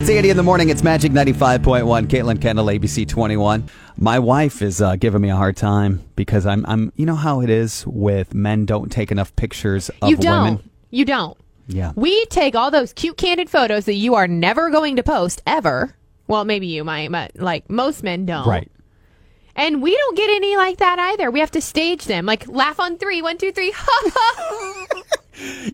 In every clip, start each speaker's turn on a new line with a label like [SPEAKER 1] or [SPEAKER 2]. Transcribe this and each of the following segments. [SPEAKER 1] It's 80 in the morning. It's Magic 95.1. Caitlin Kendall, ABC 21. My wife is uh, giving me a hard time because I'm, I'm, you know how it is with men don't take enough pictures of
[SPEAKER 2] you don't.
[SPEAKER 1] women.
[SPEAKER 2] You don't.
[SPEAKER 1] Yeah.
[SPEAKER 2] We take all those cute candid photos that you are never going to post ever. Well, maybe you might, but like most men don't.
[SPEAKER 1] Right.
[SPEAKER 2] And we don't get any like that either. We have to stage them. Like laugh on three, one, two, three. Ha ha.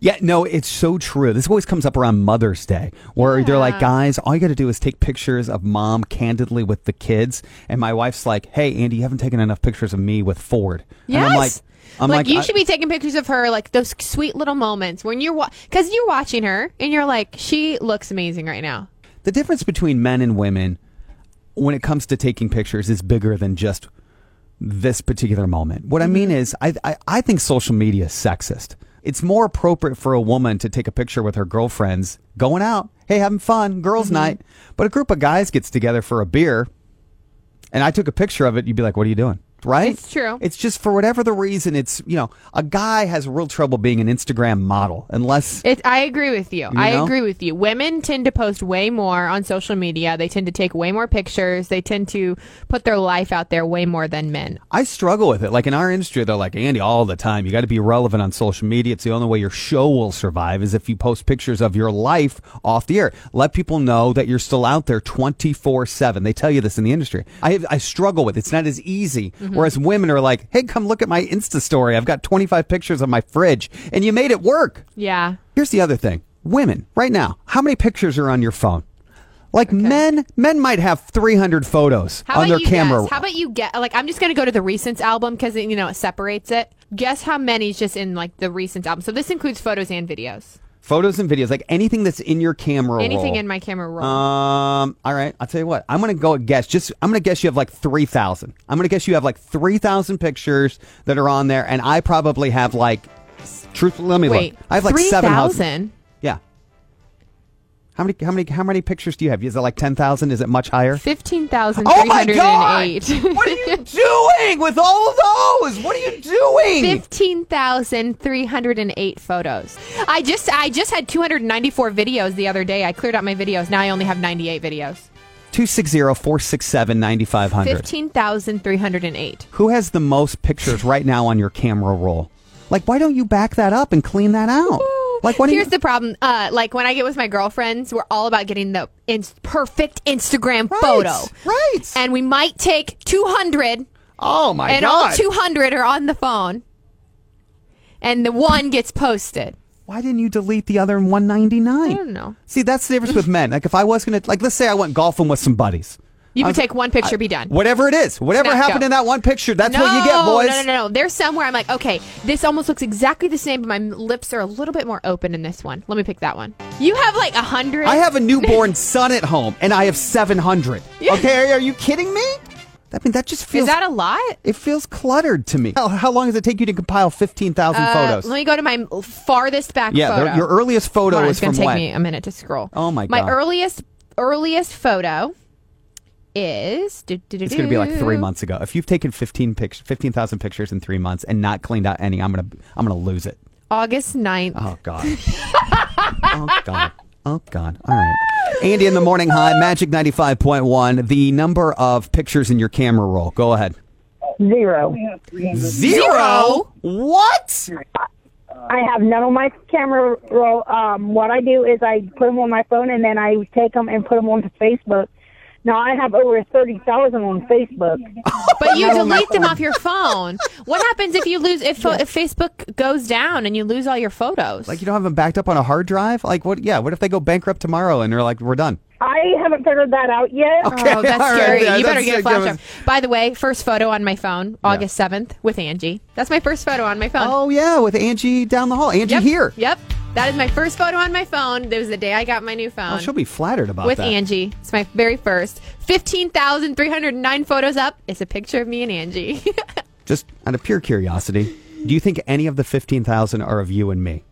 [SPEAKER 1] Yeah, no, it's so true. This always comes up around Mother's Day, where they're like, guys, all you got to do is take pictures of mom candidly with the kids. And my wife's like, hey, Andy, you haven't taken enough pictures of me with Ford. And
[SPEAKER 2] Yes.
[SPEAKER 1] I'm like, I'm
[SPEAKER 2] like,
[SPEAKER 1] like,
[SPEAKER 2] you
[SPEAKER 1] I-
[SPEAKER 2] should be taking pictures of her, like those sweet little moments when you're because you're watching her and you're like, she looks amazing right now.
[SPEAKER 1] the difference between men and women when it comes to taking pictures is bigger than just this particular moment. What I mean
[SPEAKER 2] Mm-hmm.
[SPEAKER 1] is, I, I, I think social media is sexist. It's more appropriate for a woman to take a picture with her girlfriends going out, hey, having fun, girls'
[SPEAKER 2] Mm-hmm.
[SPEAKER 1] night. But a group of guys gets together for a beer, and I took a picture of it, you'd be like, what are you doing? Right?
[SPEAKER 2] It's true.
[SPEAKER 1] It's just for whatever the reason, it's, you know, a guy has real trouble being an Instagram model unless.
[SPEAKER 2] It, I agree with you. I
[SPEAKER 1] know?
[SPEAKER 2] agree with you. Women tend to post way more on social media. They tend to take way more pictures. They tend to put their life out there way more than men.
[SPEAKER 1] I struggle with it. Like in our industry, they're like, Andy, all the time, you got to be relevant on social media. It's the only way your show will survive is if you post pictures of your life off the air. Let people know that you're still out there 24 7. They tell you this in the industry. I, I struggle with it. It's not as easy.
[SPEAKER 2] Mm-hmm.
[SPEAKER 1] Whereas women are like, hey, come look at my Insta story. I've got 25 pictures of my fridge and you made it work.
[SPEAKER 2] Yeah.
[SPEAKER 1] Here's the other thing women, right now, how many pictures are on your phone? Like men, men might have 300 photos
[SPEAKER 2] How
[SPEAKER 1] on their
[SPEAKER 2] about you
[SPEAKER 1] camera.
[SPEAKER 2] guess? How about you get like I'm just gonna go to the recents album because you know it separates it. Guess how many's just in like the recents album. So this includes photos and videos.
[SPEAKER 1] photos and videos, like anything that's in your camera
[SPEAKER 2] Anything
[SPEAKER 1] roll.
[SPEAKER 2] in my camera roll.
[SPEAKER 1] Um. All right. I'll tell you what. I'm gonna go guess. Just I'm gonna guess you have like three thousand. I'm gonna guess you have like three thousand pictures that are on there, and I probably have like. Truthfully, let me
[SPEAKER 2] Wait,
[SPEAKER 1] look. I have like
[SPEAKER 2] three
[SPEAKER 1] seven houses.
[SPEAKER 2] thousand.
[SPEAKER 1] Yeah. How many? How many? How many pictures do you have? Is it like ten thousand? Is it much higher?
[SPEAKER 2] Fifteen thousand
[SPEAKER 1] Oh
[SPEAKER 2] three
[SPEAKER 1] my
[SPEAKER 2] hundred and
[SPEAKER 1] god!
[SPEAKER 2] eight.
[SPEAKER 1] what are you doing with all those? What are you doing?
[SPEAKER 2] 15,308 photos. I just I just had 294 videos the other day. I cleared out my videos. Now I only have 98 videos.
[SPEAKER 1] 260-467-9500.
[SPEAKER 2] 15,308.
[SPEAKER 1] Who has the most pictures right now on your camera roll? Like, why don't you back that up and clean that out? Like, why don't
[SPEAKER 2] Here's
[SPEAKER 1] you?
[SPEAKER 2] the problem. Uh, like when I get with my girlfriends, we're all about getting the in- perfect Instagram
[SPEAKER 1] Right,
[SPEAKER 2] photo.
[SPEAKER 1] right.
[SPEAKER 2] And we might take 200
[SPEAKER 1] oh my
[SPEAKER 2] and all
[SPEAKER 1] god!
[SPEAKER 2] 200 are on the phone. And the one gets posted.
[SPEAKER 1] why didn't you delete the other 199?
[SPEAKER 2] I don't know.
[SPEAKER 1] See, that's the difference with men. Like, if I was gonna, like, let's say I went golfing with some buddies,
[SPEAKER 2] You can take one picture, be done.
[SPEAKER 1] whatever it is, whatever
[SPEAKER 2] Snapchat.
[SPEAKER 1] happened in that one picture, that's
[SPEAKER 2] no,
[SPEAKER 1] what you get, boys.
[SPEAKER 2] No, no, no, no. There's somewhere I'm like, okay, this almost looks exactly the same, but my lips are a little bit more open in this one. Let me pick that one. You have like a hundred.
[SPEAKER 1] I have a newborn son at home, and I have 700. Okay, are you kidding me? I mean, that just feels.
[SPEAKER 2] Is that a lot?
[SPEAKER 1] it feels cluttered to me. How, how long does it take you to compile 15,000
[SPEAKER 2] Uh,
[SPEAKER 1] photos?
[SPEAKER 2] let me go to my farthest back.
[SPEAKER 1] Yeah,
[SPEAKER 2] photo.
[SPEAKER 1] there- your earliest photo
[SPEAKER 2] Hold on,
[SPEAKER 1] is
[SPEAKER 2] it's gonna
[SPEAKER 1] from
[SPEAKER 2] take
[SPEAKER 1] when?
[SPEAKER 2] me a minute to scroll.
[SPEAKER 1] Oh, my
[SPEAKER 2] My
[SPEAKER 1] God.
[SPEAKER 2] earliest earliest photo is.
[SPEAKER 1] It's going to be like three months ago. If you've taken 15 pic- 15,000 pictures in three months and not cleaned out any, I'm going to I'm going to lose it.
[SPEAKER 2] August 9th.
[SPEAKER 1] Oh God. oh God. Oh God. All right. Andy in the morning high, Magic 95.1. The number of pictures in your camera roll. Go ahead.
[SPEAKER 3] Zero.
[SPEAKER 2] Zero?
[SPEAKER 1] What?
[SPEAKER 3] I have none on my camera roll. Um, what I do is I put them on my phone and then I take them and put them onto Facebook. Now I have over thirty thousand on Facebook.
[SPEAKER 2] But you delete them off your phone. What happens if you lose if, pho- if Facebook goes down and you lose all your photos?
[SPEAKER 1] Like you don't have them backed up on a hard drive? Like what? Yeah. What if they go bankrupt tomorrow and they're like, we're done?
[SPEAKER 3] I haven't figured that out yet.
[SPEAKER 1] Okay,
[SPEAKER 2] Oh, that's
[SPEAKER 1] all right,
[SPEAKER 2] scary.
[SPEAKER 1] yeah,
[SPEAKER 2] you better
[SPEAKER 1] that's-
[SPEAKER 2] get
[SPEAKER 1] that
[SPEAKER 2] a flash
[SPEAKER 1] was-
[SPEAKER 2] drive. By the way, first photo on my phone, August 7th, with Angie. That's my first photo on my phone.
[SPEAKER 1] Oh yeah, with Angie down the hall. Angie
[SPEAKER 2] yep.
[SPEAKER 1] here.
[SPEAKER 2] Yep. That is my first photo on my phone. That was the day I got my new phone.
[SPEAKER 1] Oh, she'll be flattered about
[SPEAKER 2] with
[SPEAKER 1] that.
[SPEAKER 2] Angie. It's my very first. 15,309 photos up. It's a picture of me and Angie.
[SPEAKER 1] Just out of pure curiosity, do you think any of the 15,000 are of you and me?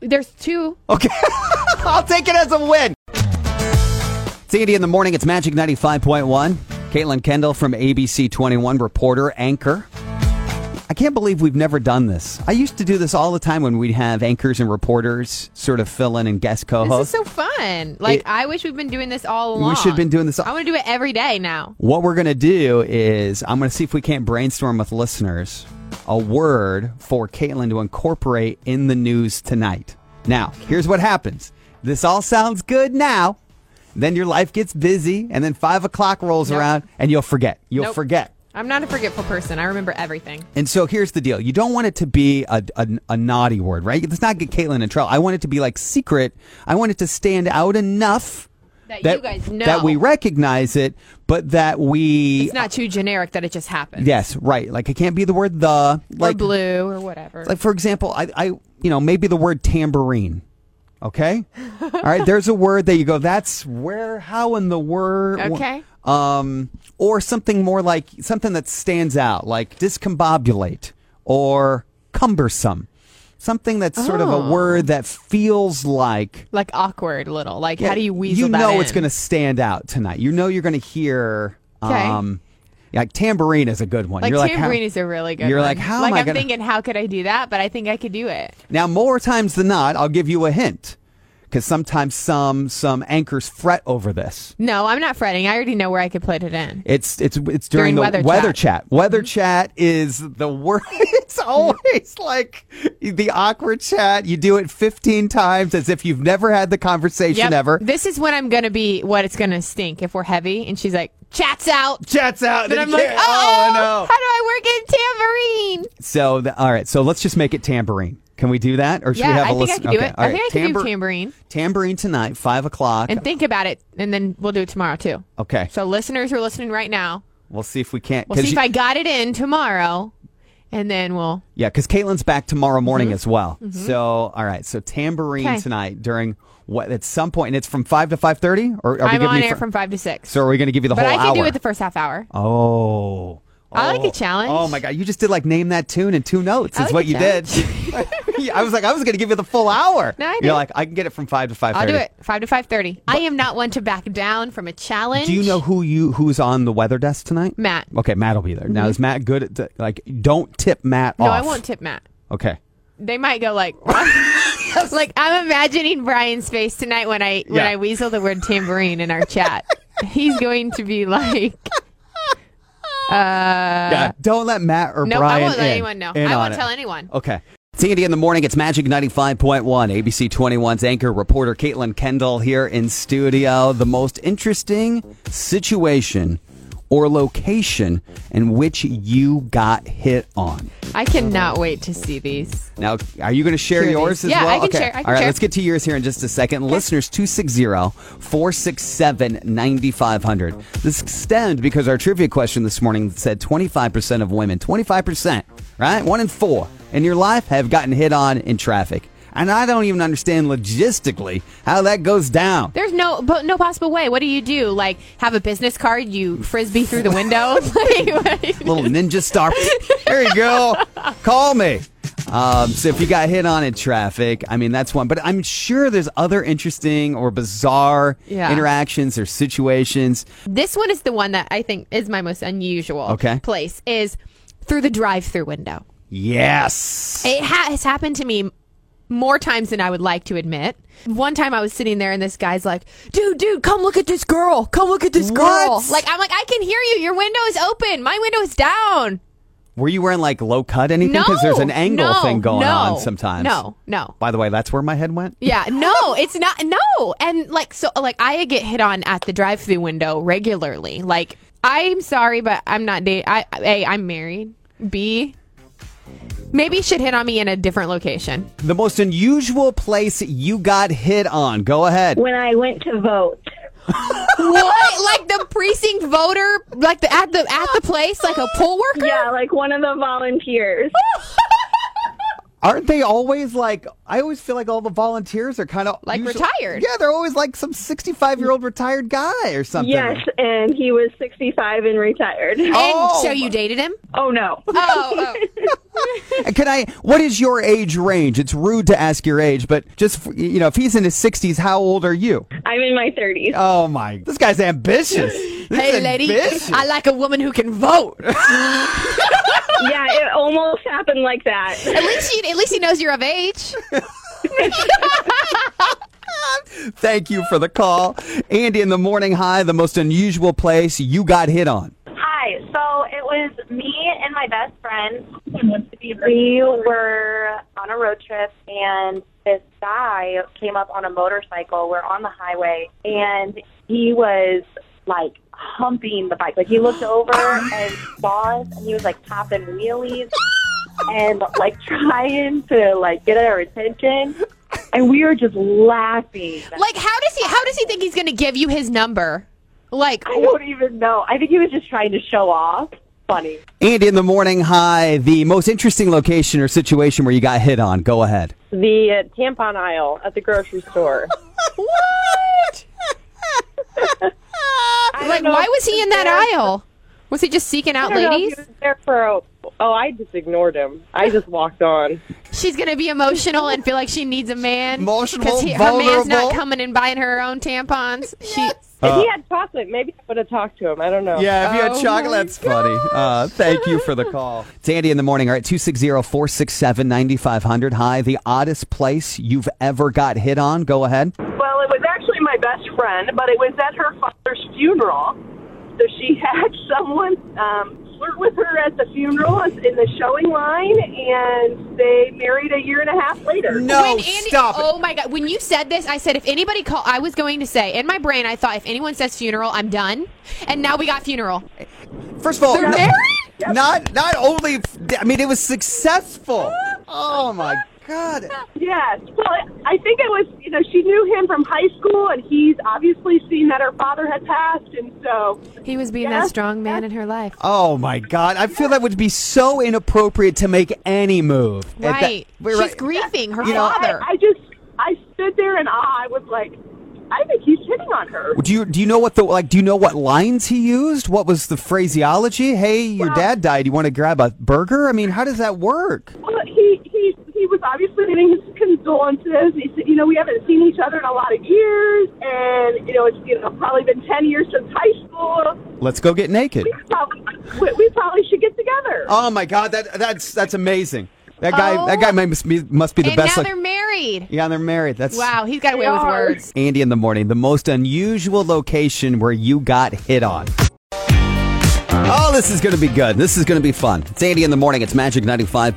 [SPEAKER 2] There's two.
[SPEAKER 1] Okay. I'll take it as a win. It's Andy in the morning. It's Magic 95.1. Caitlin Kendall from ABC 21, reporter, anchor. I can't believe we've never done this. I used to do this all the time when we'd have anchors and reporters sort of fill in and guest co
[SPEAKER 2] This
[SPEAKER 1] hosts.
[SPEAKER 2] is so fun. Like
[SPEAKER 1] It-
[SPEAKER 2] I wish we've been doing this all along.
[SPEAKER 1] should have been doing this all-
[SPEAKER 2] I want to do it every day now.
[SPEAKER 1] What we're going to do is I'm going to see if we can't brainstorm with listeners a word for Caitlin to incorporate in the news tonight. Now, here's what happens. This all sounds good now. Then your life gets busy, and then five o'clock rolls
[SPEAKER 2] Nope.
[SPEAKER 1] around, and you'll forget. You'll
[SPEAKER 2] Nope.
[SPEAKER 1] forget.
[SPEAKER 2] I'm not a forgetful person. I remember everything.
[SPEAKER 1] And so here's the deal. You don't want it to be a, a, a naughty word, right? Let's not get Caitlin in trouble. I want it to be like secret. I want it to stand out enough
[SPEAKER 2] That, you guys know
[SPEAKER 1] that we recognize it, but that we.
[SPEAKER 2] It's not too generic that it just happened.
[SPEAKER 1] yes, right. Like it can't be the word the.
[SPEAKER 2] Or
[SPEAKER 1] Like,
[SPEAKER 2] blue or whatever.
[SPEAKER 1] like for example, I, I, you know, maybe the word tambourine. Okay? All right. There's a word that you go, that's where, how in the word.
[SPEAKER 2] Okay.
[SPEAKER 1] Um, or something more like something that stands out, like discombobulate or cumbersome. Something that's sort of a
[SPEAKER 2] Oh.
[SPEAKER 1] word that feels like.
[SPEAKER 2] like awkward little. Like how do you weasel
[SPEAKER 1] You
[SPEAKER 2] that
[SPEAKER 1] know it's
[SPEAKER 2] in?
[SPEAKER 1] going to stand out tonight. You know you're going to hear.
[SPEAKER 2] 'Kay.
[SPEAKER 1] Um, like tambourine is a good one.
[SPEAKER 2] like
[SPEAKER 1] you're like, how-
[SPEAKER 2] tambourine is a really good
[SPEAKER 1] You're
[SPEAKER 2] one.
[SPEAKER 1] like, how
[SPEAKER 2] like
[SPEAKER 1] am I
[SPEAKER 2] I'm
[SPEAKER 1] gonna-
[SPEAKER 2] thinking, how could I do that? But I think I could do it.
[SPEAKER 1] Now, more times than not, I'll give you a hint because sometimes some some anchors fret over this.
[SPEAKER 2] No, I'm not fretting. I already know where I could put it in.
[SPEAKER 1] It's it's it's during,
[SPEAKER 2] During
[SPEAKER 1] the
[SPEAKER 2] weather Mm-hmm.
[SPEAKER 1] chat. Weather chat is the worst. It's always like the awkward chat. You do it 15 times as if you've never had the conversation
[SPEAKER 2] Yep.
[SPEAKER 1] ever.
[SPEAKER 2] This is when I'm gonna be what it's gonna stink if we're heavy. And she's like, "Chats out."
[SPEAKER 1] Chat's out.
[SPEAKER 2] Then
[SPEAKER 1] you
[SPEAKER 2] I'm like,
[SPEAKER 1] can't-
[SPEAKER 2] "Oh,
[SPEAKER 1] no.
[SPEAKER 2] how do I work in tambourine?"
[SPEAKER 1] So the, all right, so let's just make it tambourine. Can we do that, or should we
[SPEAKER 2] Yeah,
[SPEAKER 1] have
[SPEAKER 2] I
[SPEAKER 1] a
[SPEAKER 2] think I
[SPEAKER 1] listen?
[SPEAKER 2] can do
[SPEAKER 1] okay,
[SPEAKER 2] it.
[SPEAKER 1] all
[SPEAKER 2] I think
[SPEAKER 1] right,
[SPEAKER 2] I can do
[SPEAKER 1] tambor-
[SPEAKER 2] tambourine.
[SPEAKER 1] Tambourine tonight, five o'clock.
[SPEAKER 2] And think about it, and then we'll do it tomorrow too.
[SPEAKER 1] okay,
[SPEAKER 2] So listeners who are listening right now,
[SPEAKER 1] we'll see if we can't.
[SPEAKER 2] we'll
[SPEAKER 1] 'cause
[SPEAKER 2] see
[SPEAKER 1] you-
[SPEAKER 2] if I got it in tomorrow, and then we'll.
[SPEAKER 1] Yeah, because Caitlin's back tomorrow morning
[SPEAKER 2] Mm-hmm.
[SPEAKER 1] as well. So, all right. So tambourine
[SPEAKER 2] 'Kay.
[SPEAKER 1] tonight during what at some point, and it's from five to five thirty. Or are we
[SPEAKER 2] I'm
[SPEAKER 1] giving
[SPEAKER 2] on
[SPEAKER 1] you
[SPEAKER 2] air
[SPEAKER 1] fr-
[SPEAKER 2] from five to six.
[SPEAKER 1] So are we going to give you the
[SPEAKER 2] but
[SPEAKER 1] whole
[SPEAKER 2] I can
[SPEAKER 1] hour?
[SPEAKER 2] do it the first half hour.
[SPEAKER 1] oh,
[SPEAKER 2] I like a
[SPEAKER 1] Oh.
[SPEAKER 2] challenge.
[SPEAKER 1] Oh my god, you just did like name that tune in two notes. is
[SPEAKER 2] I
[SPEAKER 1] what
[SPEAKER 2] like a
[SPEAKER 1] you did. Yeah, I was like, I was going to give you the full hour.
[SPEAKER 2] No, I
[SPEAKER 1] You're
[SPEAKER 2] did.
[SPEAKER 1] like, I can get it from five to five
[SPEAKER 2] I'll
[SPEAKER 1] thirty.
[SPEAKER 2] do it five to five thirty. I am not one to back down from a challenge.
[SPEAKER 1] Do you know who you who's on the weather desk tonight?
[SPEAKER 2] Matt? Mm-hmm.
[SPEAKER 1] Okay, Matt will be there. Now is Matt good at the, like? Don't tip Matt
[SPEAKER 2] No,
[SPEAKER 1] off.
[SPEAKER 2] I won't tip Matt.
[SPEAKER 1] Okay.
[SPEAKER 2] They might go like, like I'm imagining Brian's face tonight when I when
[SPEAKER 1] Yeah.
[SPEAKER 2] I weasel the word tambourine in our chat. He's going to be like,
[SPEAKER 1] yeah, don't let Matt or
[SPEAKER 2] no,
[SPEAKER 1] Brian
[SPEAKER 2] Uh, I won't let
[SPEAKER 1] in-
[SPEAKER 2] anyone know.
[SPEAKER 1] in
[SPEAKER 2] I
[SPEAKER 1] on
[SPEAKER 2] won't
[SPEAKER 1] it. Oh.
[SPEAKER 2] tell anyone.
[SPEAKER 1] Okay. Sandy in the morning. It's Magic 95.1, ABC 21's anchor reporter Caitlin Kendall here in studio. The most interesting situation or location in which you got hit on.
[SPEAKER 2] I cannot wait to see these.
[SPEAKER 1] Now, are you going to share
[SPEAKER 2] Sure,
[SPEAKER 1] yours
[SPEAKER 2] these-
[SPEAKER 1] as
[SPEAKER 2] yeah,
[SPEAKER 1] well?
[SPEAKER 2] I can
[SPEAKER 1] okay.
[SPEAKER 2] share, I can
[SPEAKER 1] All right,
[SPEAKER 2] share.
[SPEAKER 1] let's get to yours here in just a second. Listeners, 260 467 9500. This stemmed because our trivia question this morning said 25% of women, 25%, right? One in four in your life have gotten hit on in traffic. And I don't even understand logistically how that goes down.
[SPEAKER 2] There's no but no possible way. What do you do? Like have a business card? You frisbee through the window? like, what?
[SPEAKER 1] little ninja star. there you go. Call me. Um, so if you got hit on in traffic, I mean that's one. But I'm sure there's other interesting or bizarre
[SPEAKER 2] Yeah.
[SPEAKER 1] interactions or situations.
[SPEAKER 2] This one is the one that I think is my most unusual
[SPEAKER 1] Okay.
[SPEAKER 2] place is through the drive-through window.
[SPEAKER 1] Yes.
[SPEAKER 2] It ha- has happened to me more times than I would like to admit. One time I was sitting there and this guy's like, "Dude, dude, come look at this girl. Come look at this girl."
[SPEAKER 1] What?
[SPEAKER 2] Like I'm like, "I can hear you. Your window is open. My window is down."
[SPEAKER 1] Were you wearing like low cut anything?
[SPEAKER 2] No.
[SPEAKER 1] Because there's an angle
[SPEAKER 2] No.
[SPEAKER 1] thing going
[SPEAKER 2] No.
[SPEAKER 1] on sometimes.
[SPEAKER 2] No. No.
[SPEAKER 1] By the way, that's where my head went.
[SPEAKER 2] Yeah, no, it's not. No, and like so, like I get hit on at the drive-through window regularly. Like I'm sorry, but I'm not dating. I a I'm married. B maybe you should hit on me in a different location.
[SPEAKER 1] The most unusual place you got hit on. Go ahead.
[SPEAKER 4] when I went to vote.
[SPEAKER 2] what? Like the precinct voter? Like the at the at the place? Like a poll worker?
[SPEAKER 4] Yeah, like one of the volunteers.
[SPEAKER 1] Aren't they always like? I always feel like all the volunteers are kind of
[SPEAKER 2] Like retired.
[SPEAKER 1] Yeah, they're always like some sixty-five-year-old retired guy or something.
[SPEAKER 4] yes, and he was 65 and retired.
[SPEAKER 2] And
[SPEAKER 1] Oh.
[SPEAKER 2] so you dated him?
[SPEAKER 4] Oh no.
[SPEAKER 2] Oh, oh.
[SPEAKER 1] And Can I? What is your age range? It's rude to ask your age, but just f- you know, if he's in his sixties, how old are you?
[SPEAKER 4] I'm in my 30s.
[SPEAKER 1] Oh my! This guy's ambitious. This
[SPEAKER 2] hey
[SPEAKER 1] is
[SPEAKER 2] lady,
[SPEAKER 1] ambitious.
[SPEAKER 2] I like a woman who can vote.
[SPEAKER 4] yeah, it almost happened like that.
[SPEAKER 2] At least you, at least he knows you're of age.
[SPEAKER 1] Thank you for the call. Andy in the morning high, the most unusual place you got hit on.
[SPEAKER 5] Hi. So it was me and my best friend. We were on a road trip, and this guy came up on a motorcycle. We're on the highway, and he was like humping the bike. Like he looked over and saw us, and he was like popping wheelies and like trying to like get our attention. And we were just laughing.
[SPEAKER 2] Like, how does he? How does he think he's gonna give you his number? Like,
[SPEAKER 5] I don't even know. I think he was just trying to show off. Funny.
[SPEAKER 1] Andy in the morning high, the most interesting location or situation where you got hit on. Go ahead.
[SPEAKER 6] the uh, tampon aisle at the grocery store.
[SPEAKER 2] what? like,
[SPEAKER 6] know
[SPEAKER 2] why
[SPEAKER 6] if
[SPEAKER 2] was he in that aisle? Was he just seeking out
[SPEAKER 6] I don't know if he
[SPEAKER 2] ladies?
[SPEAKER 6] was there for a, oh, I just ignored him. I just walked on.
[SPEAKER 2] She's gonna be emotional and feel like she needs a man.
[SPEAKER 1] Emotional,
[SPEAKER 2] because her man's
[SPEAKER 1] vulnerable.
[SPEAKER 2] not coming and buying her own tampons. She,
[SPEAKER 6] if he had chocolate, maybe I would have talked to him. I don't know.
[SPEAKER 1] Yeah, if you had
[SPEAKER 2] Oh
[SPEAKER 1] chocolate,
[SPEAKER 2] my
[SPEAKER 1] that's funny. Uh, thank you for the call. It's Andy in the morning. All right, 260 467 9500. Hi, the oddest place you've ever got hit on. Go ahead.
[SPEAKER 7] Well, it was actually my best friend, but it was at her father's funeral. So she had someone um, flirt with her at the funeral in the showing line, and they married a year and a half later.
[SPEAKER 2] when Andy, Oh my god! When you said this, I said if anybody call, I was going to say in my brain, I thought if anyone says funeral, I'm done. And now we got funeral.
[SPEAKER 1] First of all,
[SPEAKER 2] They're
[SPEAKER 1] no-
[SPEAKER 2] married?
[SPEAKER 1] Not, not only, I mean, it was successful. Oh my God.
[SPEAKER 7] Yes. Well, I think it was, you know, she knew him from high school, and he's obviously seen that her father had passed, and so
[SPEAKER 2] He was being that strong man in her life.
[SPEAKER 1] Oh my God. I feel that would be so inappropriate to make any move. At that-
[SPEAKER 2] Right.
[SPEAKER 1] we're
[SPEAKER 2] She's
[SPEAKER 1] right-
[SPEAKER 2] grieving her
[SPEAKER 1] You know,
[SPEAKER 2] father.
[SPEAKER 7] I, I just, I stood there in awe. I was like, I think he's hitting on her.
[SPEAKER 1] Do you do you know what the like? Do you know what lines he used? What was the phraseology? Hey, your dad died. You want to grab a burger? I mean, how does that work?
[SPEAKER 7] Well, he he he was obviously getting his condolences. He said, you know, we haven't seen each other in a lot of years, and you know, it's you know probably been ten years since high school.
[SPEAKER 1] Let's go get naked.
[SPEAKER 7] Probably, we, we probably should get together.
[SPEAKER 1] Oh my God, that that's that's amazing. That guy
[SPEAKER 2] Oh.
[SPEAKER 1] that guy must be must be the
[SPEAKER 2] and
[SPEAKER 1] best.
[SPEAKER 2] now
[SPEAKER 1] like-
[SPEAKER 2] they're married.
[SPEAKER 1] yeah, they're married. That's
[SPEAKER 2] Wow, he's got away with words.
[SPEAKER 1] Andy in the morning, the most unusual location where you got hit on. Oh, this is going to be good. This is going to be fun. It's Andy in the morning. It's Magic 95.1.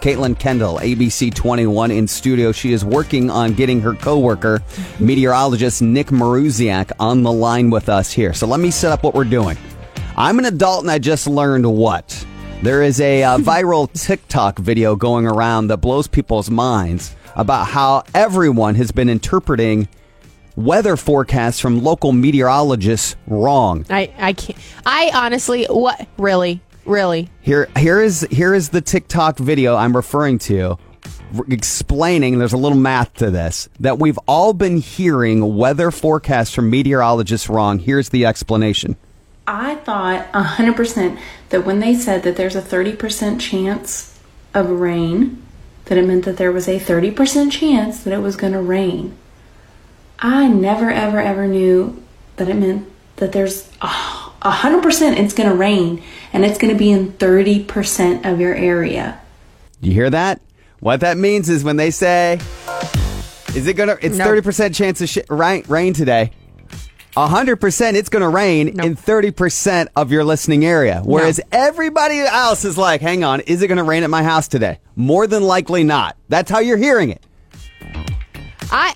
[SPEAKER 1] Caitlin Kendall, ABC 21 in studio. She is working on getting her coworker, meteorologist Nick Maruziak, on the line with us here. So let me set up what we're doing. I'm an adult and I just learned what? There is a uh, viral TikTok video going around that blows people's minds about how everyone has been interpreting weather forecasts from local meteorologists wrong.
[SPEAKER 2] I, I can't. I honestly, what? Really? Really?
[SPEAKER 1] Here, here is here is the TikTok video I'm referring to, r- explaining. There's a little math to this that we've all been hearing weather forecasts from meteorologists wrong. Here's the explanation.
[SPEAKER 8] I thought 100% that when they said that there's a 30% chance of rain, that it meant that there was a 30% chance that it was going to rain. I never, ever, ever knew that it meant that there's a h- 100% it's going to rain and it's going to be in 30% of your area.
[SPEAKER 1] You hear that? What that means is when they say, "Is it gonna?" It's
[SPEAKER 2] No.
[SPEAKER 1] thirty percent chance of shi- rain, rain today. hundred percent, it's gonna rain
[SPEAKER 2] No.
[SPEAKER 1] in thirty percent of your listening area. Whereas everybody else is like, "Hang on, is it gonna rain at my house today?" More than likely not. That's how you're hearing it.
[SPEAKER 2] I.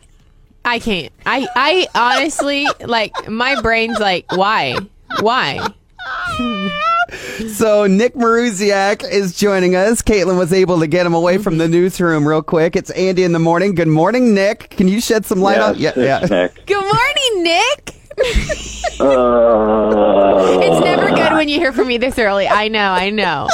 [SPEAKER 2] I can't. I, I honestly, like, my brain's like, why? Why?
[SPEAKER 1] So Nick Maruziak is joining us. Caitlin was able to get him away from the newsroom real quick. It's Andy in the morning. Good morning, Nick. Can you shed some light on?
[SPEAKER 9] Yes, it's Nick.
[SPEAKER 2] Good morning, Nick.
[SPEAKER 9] Uh,
[SPEAKER 2] It's never good when you hear from me this early. I know, I know.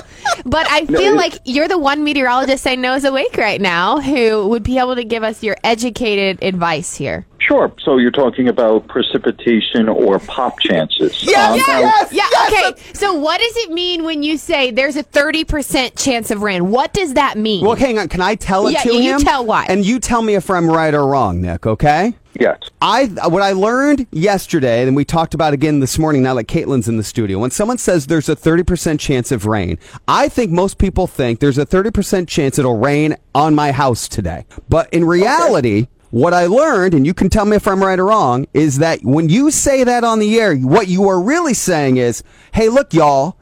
[SPEAKER 2] But I feel like you're the one meteorologist I know is awake right now who would be able to give us your educated advice here.
[SPEAKER 9] sure. So you're talking about precipitation or pop chances. Um, now-
[SPEAKER 2] Yeah, okay. So what does it mean when you say there's a 30% chance of rain? What does that mean?
[SPEAKER 1] Well, hang on. Can I tell it
[SPEAKER 2] Yeah,
[SPEAKER 1] to
[SPEAKER 2] you
[SPEAKER 1] him?
[SPEAKER 2] tell what.
[SPEAKER 1] And you tell me if I'm right or wrong, Nick. Okay.
[SPEAKER 9] Yes.
[SPEAKER 1] I what I learned yesterday, and we talked about again this morning. Now that Caitlin's in the studio, when someone says there's a thirty percent chance of rain, I think most people think there's a thirty percent chance it'll rain on my house today. But in reality, what I learned, and you can tell me if I'm right or wrong, is that when you say that on the air, what you are really saying is, "Hey, look, y'all,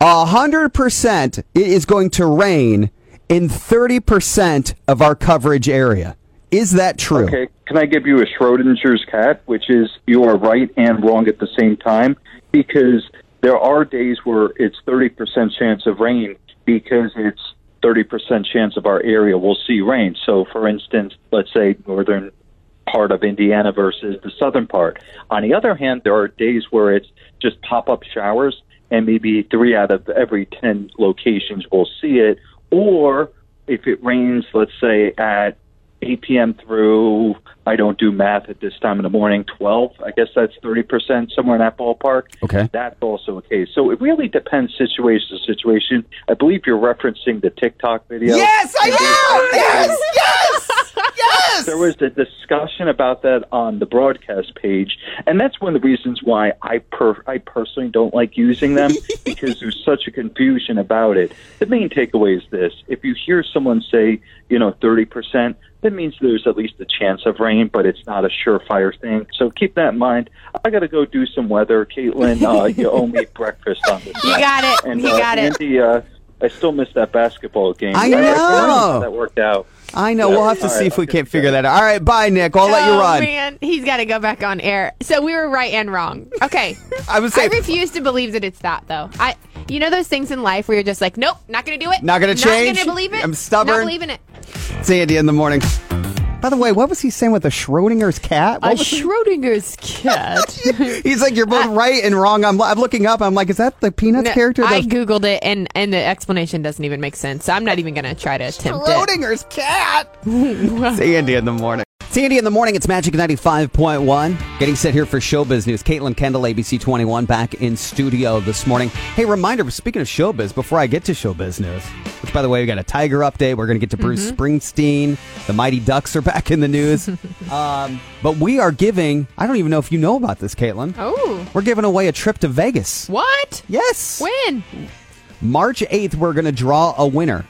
[SPEAKER 1] hundred percent it is going to rain in thirty percent of our coverage area." Is that true?
[SPEAKER 9] Okay, can I give you a Schrodinger's cat, which is you are right and wrong at the same time? Because there are days where it's 30% chance of rain because it's 30% chance of our area will see rain. So, for instance, let's say northern part of Indiana versus the southern part. On the other hand, there are days where it's just pop up showers, and maybe three out of every 10 locations will see it. Or if it rains, let's say at 8 p.m. through, I don't do math at this time in the morning, 12, I guess that's 30%, somewhere in that ballpark.
[SPEAKER 1] Okay.
[SPEAKER 9] That's also a case. So it really depends situation to situation. I believe you're referencing the TikTok video.
[SPEAKER 10] Yes, I am. Yes, yes, yes.
[SPEAKER 9] There was a discussion about that on the broadcast page, and that's one of the reasons why I per- I personally don't like using them because there's such a confusion about it. The main takeaway is this: if you hear someone say, you know, thirty percent, that means there's at least a chance of rain, but it's not a surefire thing. So keep that in mind. I got to go do some weather, Caitlin. Uh, you owe me breakfast on this.
[SPEAKER 2] You got it.
[SPEAKER 9] And,
[SPEAKER 2] You
[SPEAKER 9] uh,
[SPEAKER 2] got it.
[SPEAKER 9] Andy, uh, I still miss that basketball game.
[SPEAKER 1] I
[SPEAKER 9] That-
[SPEAKER 1] know.
[SPEAKER 9] that worked out.
[SPEAKER 1] I know.
[SPEAKER 9] Yeah.
[SPEAKER 1] We'll have to
[SPEAKER 9] All
[SPEAKER 1] see
[SPEAKER 9] right,
[SPEAKER 1] if we
[SPEAKER 9] okay.
[SPEAKER 1] can't figure that out. All right, bye, Nick. I'll let you
[SPEAKER 2] oh,
[SPEAKER 1] run.
[SPEAKER 2] man, he's got to go back on air. So we were right and wrong. Okay.
[SPEAKER 1] I was saying-
[SPEAKER 2] I refuse to believe that it's that though. I, you know, those things in life where you're just like, nope, not gonna do it.
[SPEAKER 1] Not gonna
[SPEAKER 2] Not
[SPEAKER 1] change.
[SPEAKER 2] gonna believe it.
[SPEAKER 1] I'm stubborn.
[SPEAKER 2] Not believing it.
[SPEAKER 1] It's Andy in the morning. By the way, what was he saying with a Schrodinger's cat? What
[SPEAKER 2] A
[SPEAKER 1] was he-
[SPEAKER 2] Schrodinger's cat.
[SPEAKER 1] He's like, you're both right and wrong. I'm, I'm looking up. I'm like, is that the Peanuts
[SPEAKER 2] No,
[SPEAKER 1] character?
[SPEAKER 2] I
[SPEAKER 1] The
[SPEAKER 2] googled it, and and the explanation doesn't even make sense. So I'm not even gonna try to attempt
[SPEAKER 1] Schrodinger's cat. it's Andy in the morning. It's Andy in the morning. It's Magic 95.1. Getting set here for Showbiz News. Caitlin Kendall, ABC 21, back in studio this morning. Hey, reminder, speaking of Showbiz, before I get to Showbiz News, which, by the way, we got a Tiger update. We're going to get to Bruce Springsteen. The Mighty Ducks are back in the news. um, but we are giving, I don't even know if you know about this, Caitlin.
[SPEAKER 2] it. Oh,
[SPEAKER 1] We're giving away a trip to Vegas.
[SPEAKER 2] what?
[SPEAKER 1] Yes.
[SPEAKER 2] When?
[SPEAKER 1] March 8th, we're going to draw a winner.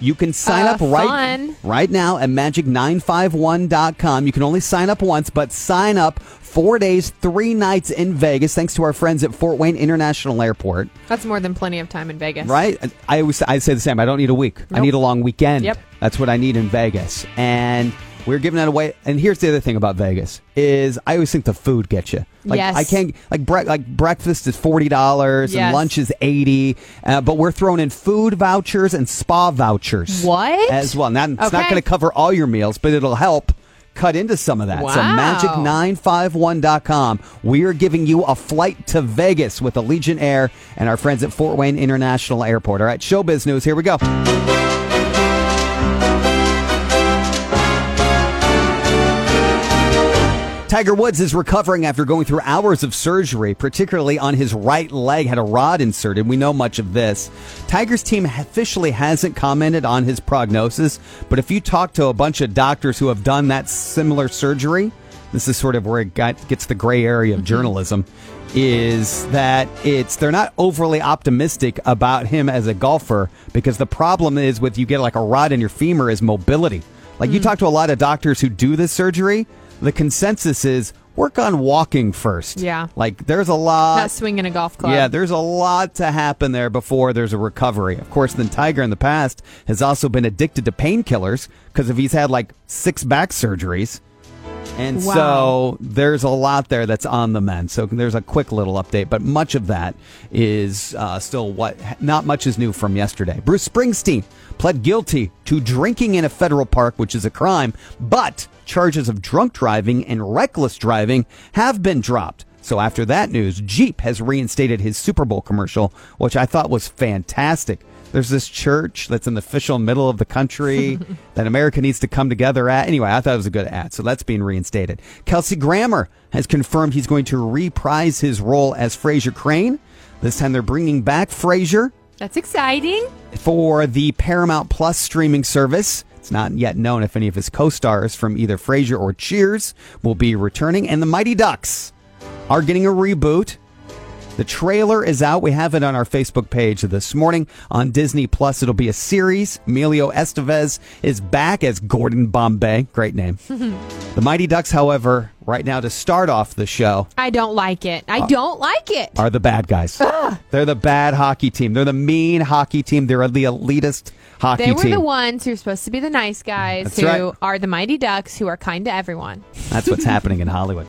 [SPEAKER 1] You can sign
[SPEAKER 2] Uh,
[SPEAKER 1] up right
[SPEAKER 2] fun.
[SPEAKER 1] right now at magic951.com. You can only sign up once, but sign up 4 days, 3 nights in Vegas thanks to our friends at Fort Wayne International Airport,
[SPEAKER 2] That's more than plenty of time in Vegas.
[SPEAKER 1] right? I always I say the same. I don't need a week. I
[SPEAKER 2] Nope.
[SPEAKER 1] need a long weekend.
[SPEAKER 2] Yep.
[SPEAKER 1] That's what I need in Vegas. And we're giving that away. And here's the other thing about Vegas is I always think the food gets you. Like
[SPEAKER 2] Yes.
[SPEAKER 1] I can't like bre- like breakfast is forty dollars and
[SPEAKER 2] Yes.
[SPEAKER 1] lunch is eighty, uh, but we're throwing in food vouchers and spa vouchers.
[SPEAKER 2] What?
[SPEAKER 1] as well? Now it's not
[SPEAKER 2] Okay.
[SPEAKER 1] going to cover all your meals, but it'll help. Cut into some of that. So
[SPEAKER 2] Wow.
[SPEAKER 1] magic951.com. We are giving you a flight to Vegas with Allegiant Air and our friends at Fort Wayne International Airport. All right, showbiz news. Here we go. Tiger Woods is recovering after going through hours of surgery, particularly on his right leg, had a rod inserted. We know much of this. Tiger's team officially hasn't commented on his prognosis, but if you talk to a bunch of doctors who have done that similar surgery, this is sort of where it got, gets the gray area of journalism is that it's they're not overly optimistic about him as a golfer because the problem is with you get like a rod in your femur is mobility. Like you talk to a lot of doctors who do this surgery, the consensus is work on walking first.
[SPEAKER 2] Yeah.
[SPEAKER 1] Like there's a lot
[SPEAKER 2] Not swinging a golf club.
[SPEAKER 1] yeah, there's a lot to happen there before there's a recovery. Of course, then Tiger in the past has also been addicted to painkillers because if he's had like six back surgeries. And so
[SPEAKER 2] Wow.
[SPEAKER 1] there's a lot there that's on the mend. So there's a quick little update, but much of that is uh, still what not much is new from yesterday. Bruce Springsteen pled guilty to drinking in a federal park, which is a crime, but charges of drunk driving and reckless driving have been dropped. So after that news, Jeep has reinstated his Super Bowl commercial, which I thought was fantastic. There's this church that's in the official middle of the country that America needs to come together at. Anyway, I thought it was a good ad, so that's being reinstated. Kelsey Grammer has confirmed he's going to reprise his role as Fraser Crane. This time they're bringing back Fraser
[SPEAKER 2] That's exciting.
[SPEAKER 1] for the Paramount Plus streaming service. It's It's not yet known if any of his co-stars from either Frasier or Cheers will be returning, and the Mighty Ducks are getting a reboot. The trailer is out. We have it on our Facebook page this morning on Disney Plus. It'll be a series. Emilio Estevez is back as Gordon Bombay. Great name. the Mighty Ducks, however, right now to start off the show,
[SPEAKER 2] I don't like it. I
[SPEAKER 1] Uh,
[SPEAKER 2] don't like it.
[SPEAKER 1] are the bad guys.
[SPEAKER 2] Ah.
[SPEAKER 1] They're the bad hockey team. They're the mean hockey team. They're the elitist hockey
[SPEAKER 2] They were
[SPEAKER 1] team.
[SPEAKER 2] the ones who are supposed to be the nice guys
[SPEAKER 1] That's
[SPEAKER 2] who
[SPEAKER 1] right.
[SPEAKER 2] are the mighty ducks who are kind to everyone.
[SPEAKER 1] That's what's happening in Hollywood.